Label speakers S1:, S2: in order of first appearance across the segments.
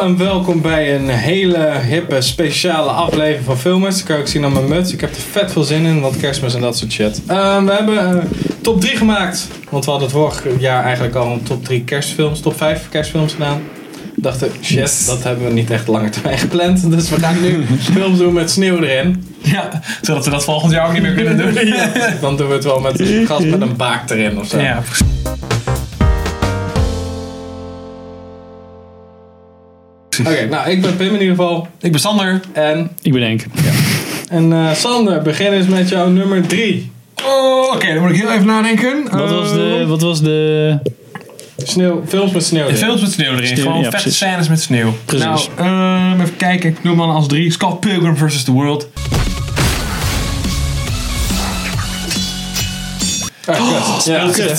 S1: en welkom bij een hele hippe speciale aflevering van Filmers. Dat kan je ook zien aan mijn muts. Ik heb er vet veel zin in, want kerstmis en dat soort shit. Ehm, we hebben eh, top 3 gemaakt. Want we hadden het vorig jaar eigenlijk al een top 3 kerstfilms, top 5 kerstfilms gedaan. We dachten, shit, dat hebben we niet echt lange termijn gepland. Dus we gaan nu films doen met sneeuw erin. Dus
S2: Ja, zodat we dat volgend jaar ook niet meer kunnen doen. Ja,
S1: Dan doen we het wel met gas met een baak erin of zo. Oké, nou ik ben Pim in ieder geval.
S2: Ik ben Sander.
S1: En,
S3: Ik bedenk.
S1: en eh, Sander, begin eens met jouw nummer 3.
S2: Oh, oké, dan moet ik heel even nadenken.
S3: Wat was de. Wat was de
S1: Sneeuw, films met sneeuw.
S2: De
S1: erin.
S2: films met sneeuw erin.
S3: Sneeuw,
S2: Gewoon
S3: ja,
S2: vette
S3: precies.
S2: scènes met sneeuw.
S3: Precies.
S2: Nou, ehm, even kijken. Ik noem dan als drie. Scott Pilgrim vs. The World.
S1: Ah, kut. Ja,
S2: kut.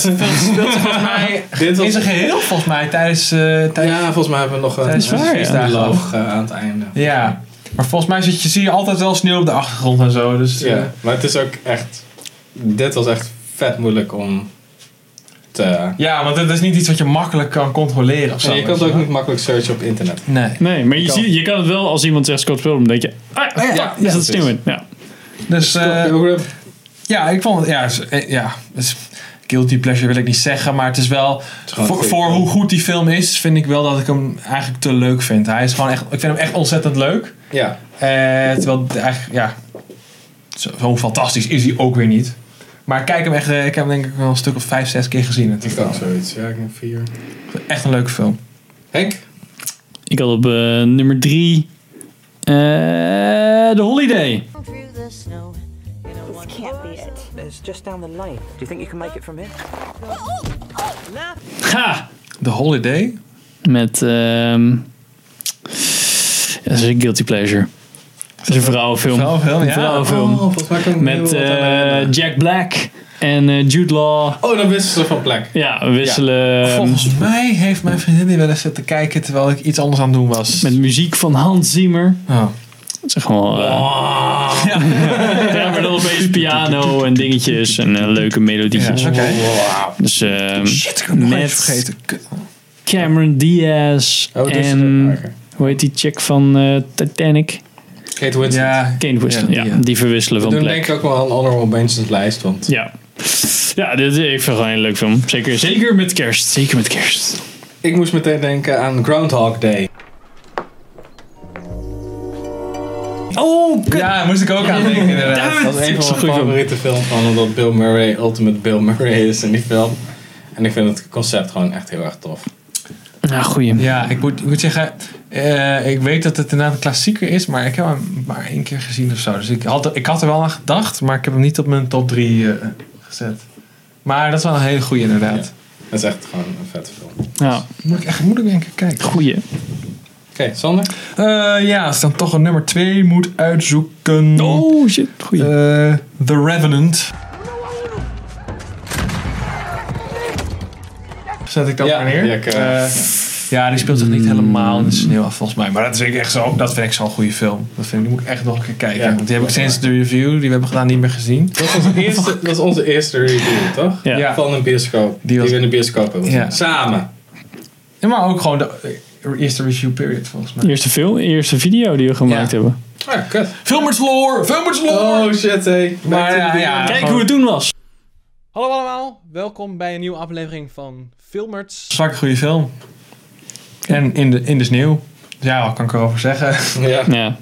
S1: kut.
S2: Volgens mij
S1: Dit was-
S2: in zijn geheel, volgens mij, tijdens... eh, tijdens
S1: Ja, volgens mij hebben we nog een
S2: Dat is waar, ja.
S1: feestdag nog, eh, aan het einde.
S2: ja. Maar volgens mij zit je, zie je altijd wel sneeuw op de achtergrond en zo. Dus, eh,
S1: Ja, maar het is ook echt... Dit was echt vet moeilijk om te...
S2: ja, want het is niet iets wat je makkelijk kan controleren of zo.
S1: En je kan
S2: weet
S1: het ook
S2: wel.
S1: niet makkelijk searchen op internet.
S2: Nee.
S3: Nee, maar je,
S1: Kan.
S3: ziet, je kan het wel als iemand zegt Scott Pilgrim, denk je. Ah, ja,
S1: ja,
S3: is dat
S1: precies.
S3: sneeuw in? Ja.
S2: Dus... eh,
S1: Pilgrim.
S2: Ja, ik vond het. Ja, is- eh, ja is, guilty pleasure wil ik niet zeggen, maar het is wel.
S1: gewoon
S2: voor
S1: een
S2: voor
S1: goeie film.
S2: hoe goed die film is, vind ik wel dat ik hem eigenlijk te leuk vind. Hij is gewoon echt. Ik vind hem echt ontzettend leuk.
S1: Ja,
S2: Eh, terwijl, het eigenlijk, ja. Zo, zo fantastisch is hij ook weer niet. Maar ik kijk hem echt. eh, Ik heb hem denk ik wel een stuk of vijf, zes keer gezien. Het is
S1: ik ook zoiets. Ja, ik heb vier.
S2: echt een leuke film.
S1: Henk?
S3: Ik had op eh, nummer 3. The Holiday.
S4: through the snow. You know, one
S5: Can't be it.
S6: It's just down the line. Do you think you can make it from here?
S3: Ha!
S2: The Holiday.
S3: Met. ehm dat is een guilty pleasure. Dat is een vrouwenfilm.
S2: Vrouwenfilm, ja.
S3: Een vrouwenfilm.
S1: Oh, volgens mij kan ik me
S3: Met
S1: heel wat aan
S3: eh,
S1: herinneren.
S3: Jack Black en eh, Jude Law.
S1: Oh, dan wisten ze van plek.
S3: Ja, we wisselen. ehm,
S2: Volgens mij heeft mijn vriendin die wel eens zitten kijken terwijl ik iets anders aan het doen was.
S3: Met muziek van Hans Zimmer.
S2: Oh.
S3: Het is gewoon. eh,
S1: Oh,
S3: ja. ja, maar dan opeens piano en dingetjes en eh, leuke
S2: Ja,
S3: melodietjes.
S2: oké.
S3: Dus ehm,
S2: Shit, ik heb hem nog
S3: Met-
S2: even vergeten. Kut.
S3: Cameron Diaz
S1: Oh, dit is
S3: en.
S1: het. Oké.
S3: Hoe heet die chick van eh, Titanic?
S1: Kate Winslet.
S2: Ja,
S3: Kane Winslet.
S2: Ja,
S3: Ja,
S2: die, ja.
S3: die verwisselen
S1: We
S3: van
S1: doen
S3: plek.
S1: denk ik ook wel een honorable mentions lijst, want...
S3: Ja. Ja, dit is even gewoon een leuk film. Zeker, zeker met kerst. Zeker met kerst.
S1: Ik moest meteen denken aan Groundhog Day.
S3: Oh, kut.
S2: Ja, daar moest ik ook aan denken inderdaad.
S1: Dat is een
S3: is
S1: van mijn
S3: een goeie
S1: favoriete films van, omdat Bill Murray ultimate Bill Murray is in die film. En ik vind het concept gewoon echt heel erg tof.
S3: Nou, goeie.
S2: Ja, ik moet, ik moet zeggen, eh, ik weet dat het inderdaad een klassieker is, maar ik heb hem maar één keer gezien of zo. Dus ik had, er- ik had er wel aan gedacht, maar ik heb hem niet op mijn top 3 gezet. Maar dat is wel een hele goede inderdaad.
S1: Dat is echt gewoon een vette film. Oké,
S3: Ja,
S2: Moet ik echt moet ik weer een keer kijken.
S3: goeie.
S1: Sander?
S2: Eh, ja, als ik dan toch een nummer 2 moet uitzoeken.
S3: Oh, shit. Goeie.
S2: eh, The Revenant. Zet ik dat
S1: Ja,
S2: maar neer?
S1: ja, ik, eh,
S2: Eh, ja, die speelt zich niet helemaal in de sneeuw af volgens mij. Maar dat, is ik echt zo, dat vind ik zo'n goede film. Dat vind ik, die moet ik echt nog een keer kijken.
S1: Ja.
S2: Want die heb ik sinds de review die we hebben gedaan niet meer gezien.
S1: Dat was, onze eerste, dat was onze eerste review, toch?
S3: Ja.
S2: Ja.
S1: Van een bioscoop. Die,
S2: was-
S1: we in de bioscoop hebben.
S2: Ja.
S1: Samen.
S2: Ja, maar ook gewoon de eh, eerste review period volgens mij.
S3: Eerste, film, eerste video die we gemaakt
S2: Ja.
S3: hebben.
S1: Ah, kut.
S2: Filmers lore! Filmers lore!
S1: Oh shit, hé.
S2: Maar ja, ja.
S3: Kijk
S2: gewoon-
S3: hoe het toen was.
S7: Hallo allemaal, welkom bij een nieuwe aflevering van Filmerts.
S2: Zwakke goede film. En in de, in de sneeuw. Ja, wat kan ik erover zeggen?
S1: Ja.
S3: Ja.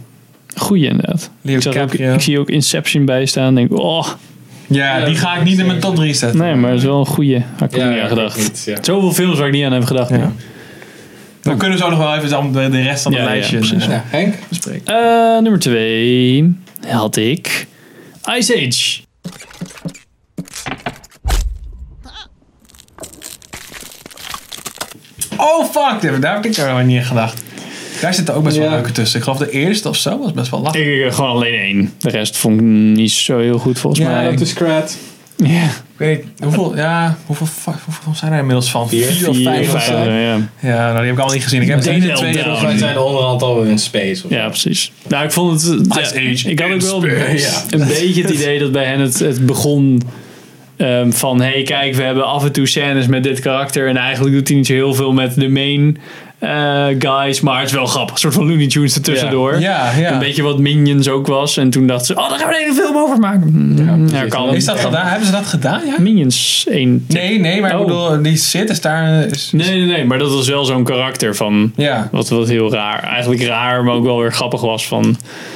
S3: Goeie inderdaad.
S2: Leo
S3: Ik, zag ook,
S2: DiCaprio.
S3: ik zie ook Inception bij staan. Denk, oh,
S2: Ja, die ga ik niet in mijn top 3 zetten.
S3: nee, maar het is wel een goeie. Had ik ook
S1: Ja,
S3: niet aan
S1: ik
S3: gedacht.
S1: ook niet, ja.
S3: Zoveel films waar ik niet aan heb gedacht.
S2: Ja. We kunnen zo nog wel even dan de de rest van het
S3: Ja, ja,
S2: lijstje
S3: precies.
S2: eh,
S1: Ja, Henk?
S2: bespreken.
S3: Eh, nummer 2 had ik Ice Age.
S2: Oh fuck, daar daar heb ik er helemaal niet aan gedacht. Daar zitten ook best wel
S1: Ja.
S2: leuke tussen. Ik geloof de eerste of zo was best wel lachen.
S3: Ik eh, gewoon alleen één. De rest vond ik niet zo heel goed volgens
S2: Ja,
S3: mij.
S1: Dat is Krat.
S3: Ja,
S2: Ik weet niet, hoeveel, ja, hoeveel, fuck, hoeveel zijn er inmiddels van?
S1: Vier.
S2: of
S3: vier
S2: vijf.
S3: of
S2: of
S3: vijf.
S2: zo.
S3: eh,
S2: Ja,
S3: Ja.
S2: nou die heb ik allemaal niet gezien. Ik heb het
S3: Deel
S2: één en twee.
S3: down.
S2: volgens mij
S1: Wij
S2: zijn
S1: zijn onderhand alweer in space. Of
S3: ja,
S1: zo.
S3: precies. Nou, ik vond het... ja,
S2: Ice Age
S3: ik had ook
S2: in
S3: wel
S2: space.
S3: een beetje het idee dat bij hen het, het begon ehm, van... hey, kijk, we hebben af en toe scènes met dit karakter... en eigenlijk doet hij niet zo heel veel met de main... eh, eh, guys. Maar het is wel grappig. Een soort van Looney Tunes ertussendoor.
S2: Ja, ja.
S3: Een beetje wat Minions ook was. En toen dachten ze, oh, daar gaan we een hele film over maken. Mm, Ja, kan.
S2: Is dat gedaan? Hebben ze dat gedaan? Ja?
S3: Minions 1.
S2: Nee, nee, maar
S3: Oh.
S2: ik bedoel, die zit is daar. eh, Is,
S3: Nee, nee, nee. Maar dat was wel zo'n karakter van...
S2: Ja,
S3: Wat, wat heel raar. Eigenlijk raar, maar ook wel weer grappig was van...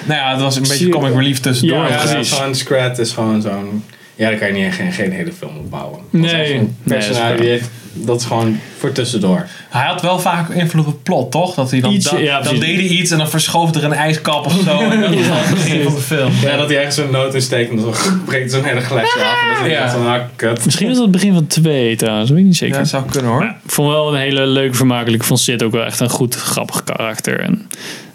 S2: nou ja, het was een beetje
S3: Zie-
S2: comic relief tussendoor.
S1: Ja,
S3: Ja, precies.
S1: dat is gewoon Scrat is gewoon zo'n. Ja, daar kan je niet, geen, geen hele film op bouwen. Dat is
S3: Nee.
S1: echt een
S3: Nee, dat is
S1: personage
S3: waar.
S1: die heeft- dat is gewoon voor tussendoor.
S2: Hij had wel vaak invloed op het plot, toch? Dat hij dan,
S3: Iets,
S2: dan,
S3: ja,
S2: dan
S3: precies.
S2: deed hij iets en dan verschoof er een ijskap of zo.
S3: Oh,
S2: En dat was dan het begin van de film.
S1: Ja, dat hij ergens een noot insteekt en dan zo, breekt zo'n hele glasje af. En dan denk
S2: Ja.
S1: je van, ah, kut.
S3: Misschien was dat het begin van 2 trouwens. Weet ik niet
S2: Ja,
S3: zeker.
S2: dat zou kunnen hoor.
S3: Ik vond wel een hele leuke, vermakelijke. Ik vond Sid ook wel echt een goed, grappig karakter. En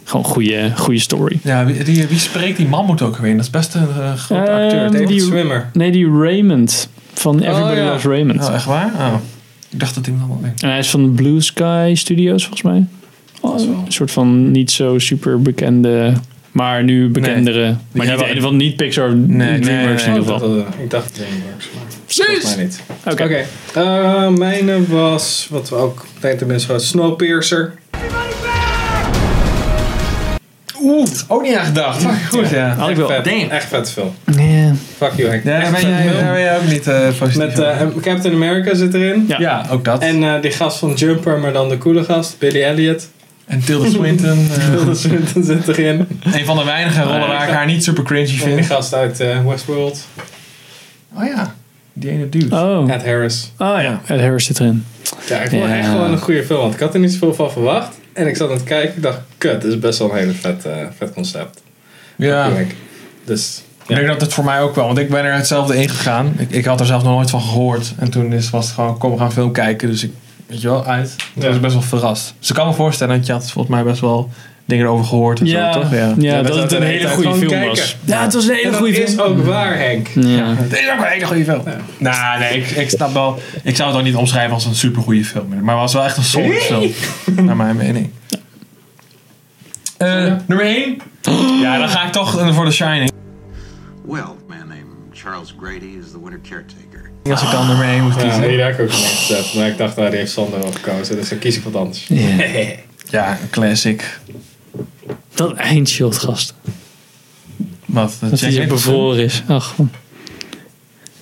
S3: gewoon een goede, goede story.
S2: Ja, wie, die, wie spreekt die man moet ook weer? in? Dat is best een eh, grote
S3: Ehm,
S2: acteur.
S1: David
S3: die-
S1: Swimmer.
S3: Nee, die Raymond. Van Everybody
S7: ja.
S3: Loves Raymond.
S2: Oh, echt waar? Oh. Ik dacht dat iemand anders.
S3: En hij is van Blue Sky Studios, volgens mij. een soort van niet zo super bekende... Maar nu bekendere. maar niet,
S2: hebben-
S3: een van niet Pixar,
S2: nee,
S3: Dreamworks in
S2: nee.
S3: ieder
S1: Dat,
S3: geval.
S1: eh, ik dacht Dreamworks, maar volgens mij niet.
S3: Oké.
S1: Oké, eh, mijne was, wat we ook denk tenminste gewoon Snowpiercer.
S2: Oeh, ook niet aan gedacht. goed, ja.
S3: Had ik wel.
S1: Vet,
S2: damn.
S1: echt vet film.
S3: Ja.
S1: Fuck you, Henk.
S2: Daar
S1: Echt
S2: ben,
S1: vet
S2: jij,
S1: film.
S2: daar ben jij ook niet eh positief
S1: Met
S2: over.
S1: eh, Captain America zit erin.
S3: Ja.
S2: ja, ook dat. En,
S1: En eh, die gast van Jumper, maar dan de coole gast, Billy Elliot.
S2: Tilda Swinton. eh,
S1: Tilda Swinton zit erin.
S2: een van de weinige rollen waar ik haar niet super cringy
S1: En die
S2: vind.
S1: gast uit eh, Westworld,
S2: Oh ja, die ene dude.
S3: Oh.
S1: Ed Harris.
S3: oh ja, Ed Harris zit erin.
S1: Ja, ik vond het
S3: Ja.
S1: echt gewoon een goede film, want ik had er niet zoveel van verwacht. En ik zat aan het kijken, ik dacht, kut, dit is best wel een hele vet, eh, vet concept.
S2: ja.
S1: Vind ik. Dus,
S2: Ik denk dat het voor mij ook wel, want ik ben er hetzelfde in gegaan. Ik, ik had er zelf nog nooit van gehoord. En toen is, was het gewoon, kom we gaan film kijken. Dus ik, weet je wel, uit. Toen
S1: Ja.
S2: was ik best wel verrast. Dus ik kan me voorstellen dat je had volgens mij best wel dingen erover gehoord en zo, toch? Ja.
S3: ja,
S1: dat
S3: dat
S1: zou
S3: het een
S1: ik
S3: hele
S1: dan
S3: goede film
S1: gewoon
S3: was.
S1: kijken.
S3: Ja, het was een
S1: en
S3: hele
S1: dat is ook waar, Henk.
S3: Ja.
S2: Het is ook een hele goede film. Nou, nee, ik, ik snap wel. Ik zou het ook niet omschrijven als een supergoeie film. Maar het was wel echt een solide film. Naar mijn mening. Eh, Nummer 1. Ja, dan ga ik toch eh, voor The Shining.
S5: Well, a man named Charles Grady is the winter caretaker.
S2: Als ik dan nummer 1 moet
S1: Ja,
S2: kiezen.
S1: die daar heb ik ook van ingezet, maar ik dacht, nou, die heeft Sander al gekozen, dus dan kies ik wat anders.
S2: Ja, een classic.
S3: Dat eindshot, gast.
S2: Wat?
S3: Dat hij zo
S2: Jack Nicholson?
S3: bevroren is. Ach, man,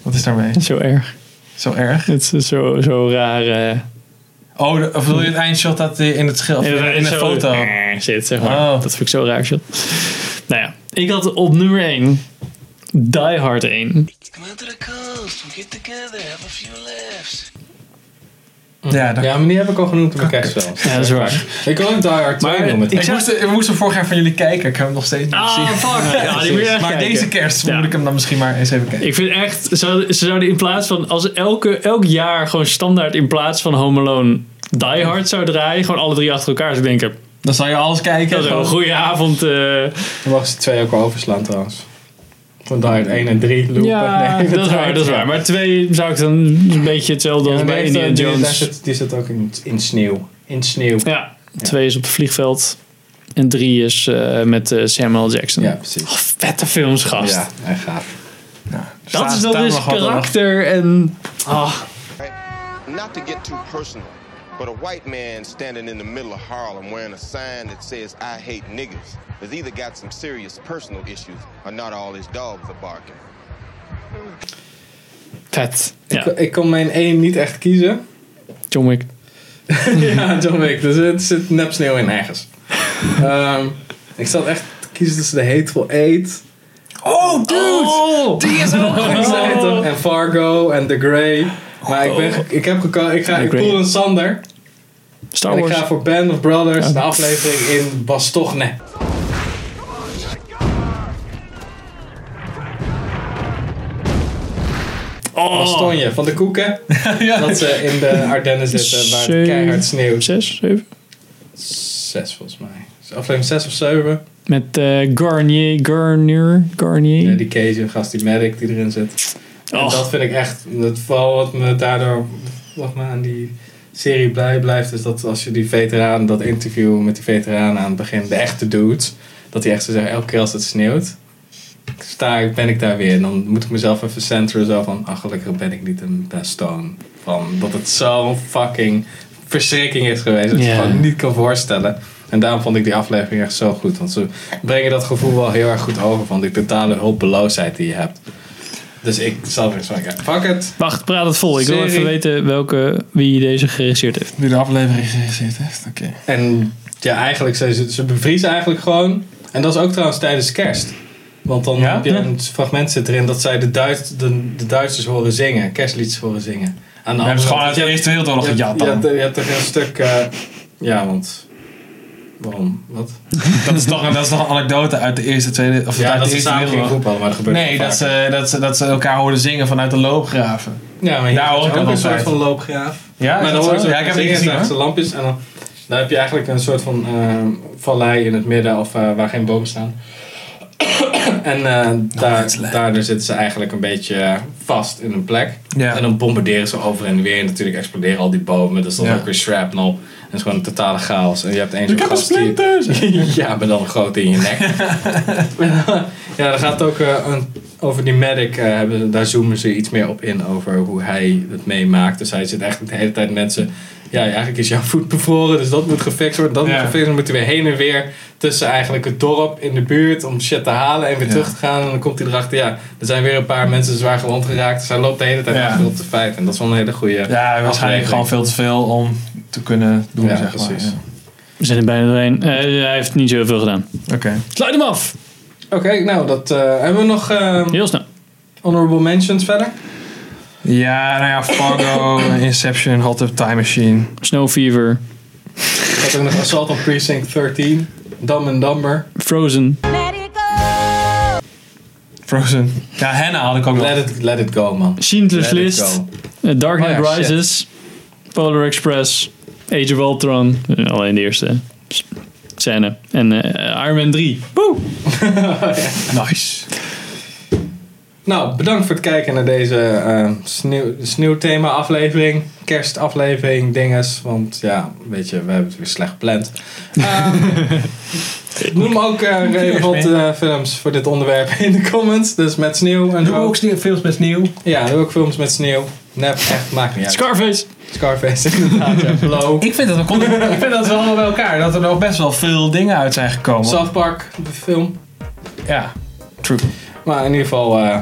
S2: Wat is daarmee?
S3: zo erg.
S2: Zo erg.
S3: Het is zo, zo raar. eh,
S2: Oh, de- of wil je het eindshot dat hij in het schil, in, in de
S3: zo-
S2: foto?
S3: eh, Zit, zeg maar.
S2: Oh.
S3: Dat vind ik zo raar, shot. Nou ja, ik had op nummer 1 Die Hard 1.
S8: Come out to the coast, we'll get together, have a few laughs.
S2: Ja, dat,
S1: Ja, maar die heb ik al genoemd op mijn kerstfilms.
S3: Ja, dat is waar.
S1: Ik wil ook Die Hard 2 noemen.
S2: Ik, moest, ik moest hem vorig jaar van jullie kijken. Ik heb hem nog steeds niet gezien.
S3: Ah, fuck. Ja, die moet je echt
S2: Maar
S3: kijken.
S2: deze kerst
S3: Ja.
S2: moet ik hem dan misschien maar eens even kijken.
S3: Ik vind echt, ze zouden- ze zouden in plaats van, als elke, elk jaar gewoon standaard in plaats van Home Alone Die Hard zou draaien, gewoon alle drie achter elkaar zou ik denken,
S2: Dan zal je alles kijken.
S3: dat is wel een
S2: Gewoon-
S3: goede avond. eh.
S1: Dan mag ze twee ook wel overslaan trouwens. Van Die Hard 1 en 3 loopen.
S3: ja,
S1: Nee,
S3: dat is waar, dat is waar. Maar twee zou ik dan een beetje hetzelfde als
S1: En
S3: bij
S1: die heeft,
S3: Indiana
S1: eh, die- daar
S3: Jones.
S1: zit- Die zit ook in, in sneeuw. In sneeuw.
S3: Ja, twee is op het vliegveld en drie is eh, met eh, Samuel L. Jackson.
S1: Ja, precies.
S3: Oh, vette films, gast.
S1: Ja, hij gaaf.
S2: Staan-
S3: Dat is
S2: staan
S3: dan dus
S2: nog wat
S3: karakter en... ah
S9: Not to get too personal, but a white man standing in the middle of Harlem wearing a sign that says, I hate niggas, has either got some serious personal issues or not all his dogs are barking.
S3: vet. Ja,
S1: Ik, ik kon mijn 1 niet echt kiezen.
S3: John Wick.
S1: ja, John Wick. Dus het zit nep sneeuw in ergens. Ehm, ik zat echt te kiezen tussen de Hateful Eight.
S2: Oh, dude!
S1: Die is ook En Fargo en The Grey. Maar ik, ben, ge- ik heb gekozen. Ik, ga,
S3: Oh. The
S1: ik
S3: Grey.
S1: poel een Sander.
S3: Star
S1: En ik
S3: Wars.
S1: ga voor Band of Brothers de aflevering in Bastogne.
S3: Oh.
S1: Bastogne van de koeken.
S2: Ja.
S1: Dat ze in de Ardennen zitten waar het
S3: Zeven.
S1: keihard sneeuwt.
S3: Zes, zeven.
S1: Zes volgens mij. Dus aflevering 6 of 7.
S3: Met eh, Garnier, Garnier, Garnier.
S1: Ja, die Cajun gast, die medic die erin zit. En
S3: Och.
S1: dat vind ik echt, dat vooral wat me daardoor wat me aan die serie blij blijft, is dat als je die veteraan, dat interview met die veteraan aan het begin, de echte dudes, dat die echt zo zeggen, elke keer als het sneeuwt, sta, ik- ben ik daar weer. En dan moet ik mezelf even "Ah, centeren, zo van, ach gelukkig ben ik niet een Bastogne. Van, dat het zo fucking verschrikking is geweest. Dat je
S3: Ja.
S1: gewoon niet kan voorstellen. En daarom vond ik die aflevering echt zo goed. Want ze brengen dat gevoel wel heel erg goed over van die totale hulpeloosheid die je hebt. Dus ik zal weer zeggen, fuck it.
S3: Wacht, praat het vol. Ik wil
S1: Serie.
S3: even weten welke, wie deze geregisseerd heeft.
S2: Wie de aflevering geregisseerd heeft. Oké.
S1: En ja, eigenlijk, ze, ze bevriezen eigenlijk gewoon. En dat is ook trouwens tijdens kerst. Want dan
S2: Ja?
S1: heb je
S2: Ja.
S1: een fragment zit erin dat zij de, Duits, de, de Duitsers horen zingen. Kerstliedjes horen zingen. Aan de
S2: We hebben
S1: andere
S2: ze gewoon
S1: kant-
S2: uit de
S1: je hebt-
S2: Eerste Wereldoorlog
S1: je
S2: gejat
S1: hebt- Je
S2: dan.
S1: hebt, je hebt er een stuk... eh, ja, want... Waarom? Wat?
S2: Dat is toch, dat is toch een anekdote uit de Eerste, Tweede... Of
S1: Ja,
S2: uit
S1: dat
S2: de
S1: ze
S2: Eerste
S1: samen gingen
S2: Wereldoorlog.
S1: voetballen, maar dat gebeurt
S2: Nee,
S1: wel
S2: dat eh,
S1: vaker.
S2: ze, dat, ze, dat ze elkaar hoorden zingen vanuit de loopgraven.
S1: Ja, maar hier
S2: Daar hoor
S1: is
S2: ik
S1: ook
S2: wel
S1: een soort
S2: bij.
S1: van loopgraaf.
S2: Ja, is
S1: maar dan
S2: dat
S1: hoor je
S2: zo?
S1: zo
S2: Ja, ik heb het
S1: zingen
S2: niet gezien
S1: achter
S2: hoor.
S1: de lampjes en dan, dan heb je eigenlijk een soort van eh vallei in het midden of eh, waar geen bomen staan. en eh, daar, daardoor zitten ze eigenlijk een beetje eh, vast in een plek.
S2: Ja.
S1: En dan bombarderen ze over en weer en natuurlijk exploderen al die bomen. Dus dan
S2: Ja.
S1: ook weer shrapnel. En het is gewoon een totale chaos. En je hebt één zo'n gast die- ja, maar dan een grote in je nek. ja, dan gaat het ook eh, een- over die medic. eh, hebben, daar zoomen ze iets meer op in over hoe hij het meemaakt. Dus hij zit eigenlijk de hele tijd mensen. Ja, eigenlijk is jouw voet bevroren, dus dat moet gefixt worden. Dat
S2: Ja.
S1: moet gefixt worden. Dan moet hij weer heen en weer tussen eigenlijk het dorp in de buurt om shit te halen en weer
S2: Ja.
S1: terug te gaan. En dan komt hij erachter, ja, er zijn weer een paar mensen zwaar gewond geraakt. Dus hij loopt de hele tijd
S2: Ja.
S1: achter op de feiten. En dat is wel een hele goede.
S2: Ja, waarschijnlijk gewoon veel te veel om te kunnen doen,
S1: Ja,
S2: zeg maar.
S1: precies.
S2: Ja.
S3: We zijn er bijna doorheen. Eh, hij heeft niet zoveel gedaan.
S2: Oké.
S3: Sluit hem af!
S1: Oké, nou, dat eh, hebben we nog eh,
S3: Heel snel.
S1: honorable mentions verder.
S2: Ja, nou ja, Fargo, Inception, Hot Tub Time Machine.
S3: Snow Fever,
S1: Ik had ook nog Assault on Precinct 13. Dumb and Dumber.
S3: Frozen.
S4: Let it go.
S2: Frozen. Ja, Hannah had ik ook nog.
S1: Let it, let it go, man.
S3: Schindler's
S1: Let it
S3: List.
S1: go.
S3: eh, Dark Knight
S1: Oh ja, shit.
S3: Rises. Polar Express. Age of Ultron. eh, Alleen de eerste s- scène. En eh, Iron Man 3.
S2: Nice.
S1: Nou, bedankt voor het kijken naar deze eh, sneeuw, sneeuwthema aflevering. Kerstaflevering, dinges. Want ja, weet je, we hebben het weer slecht gepland. Ehm, noem ook eh relevante eh, films voor dit onderwerp in de comments. Dus met sneeuw en
S2: Doe
S1: zo.
S2: ook sneeuw, films met sneeuw.
S1: Ja, doe ook films met sneeuw. Nep, echt, maakt niet uit.
S3: Scarface.
S1: Scarface, inderdaad. Ja. Blow.
S2: Ik vind dat we konden, ik vind dat we allemaal bij elkaar, dat er nog best wel veel dingen uit zijn gekomen.
S1: South Park, de film.
S2: Ja.
S1: Maar in ieder geval, eh,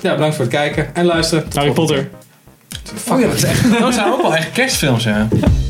S1: ja, bedankt voor het kijken en luisteren. Tot
S3: Harry
S1: volgende
S3: Potter.
S1: keer.
S2: Oh ja, dat, is echt, dat zijn ook wel echt kerstfilms, ja.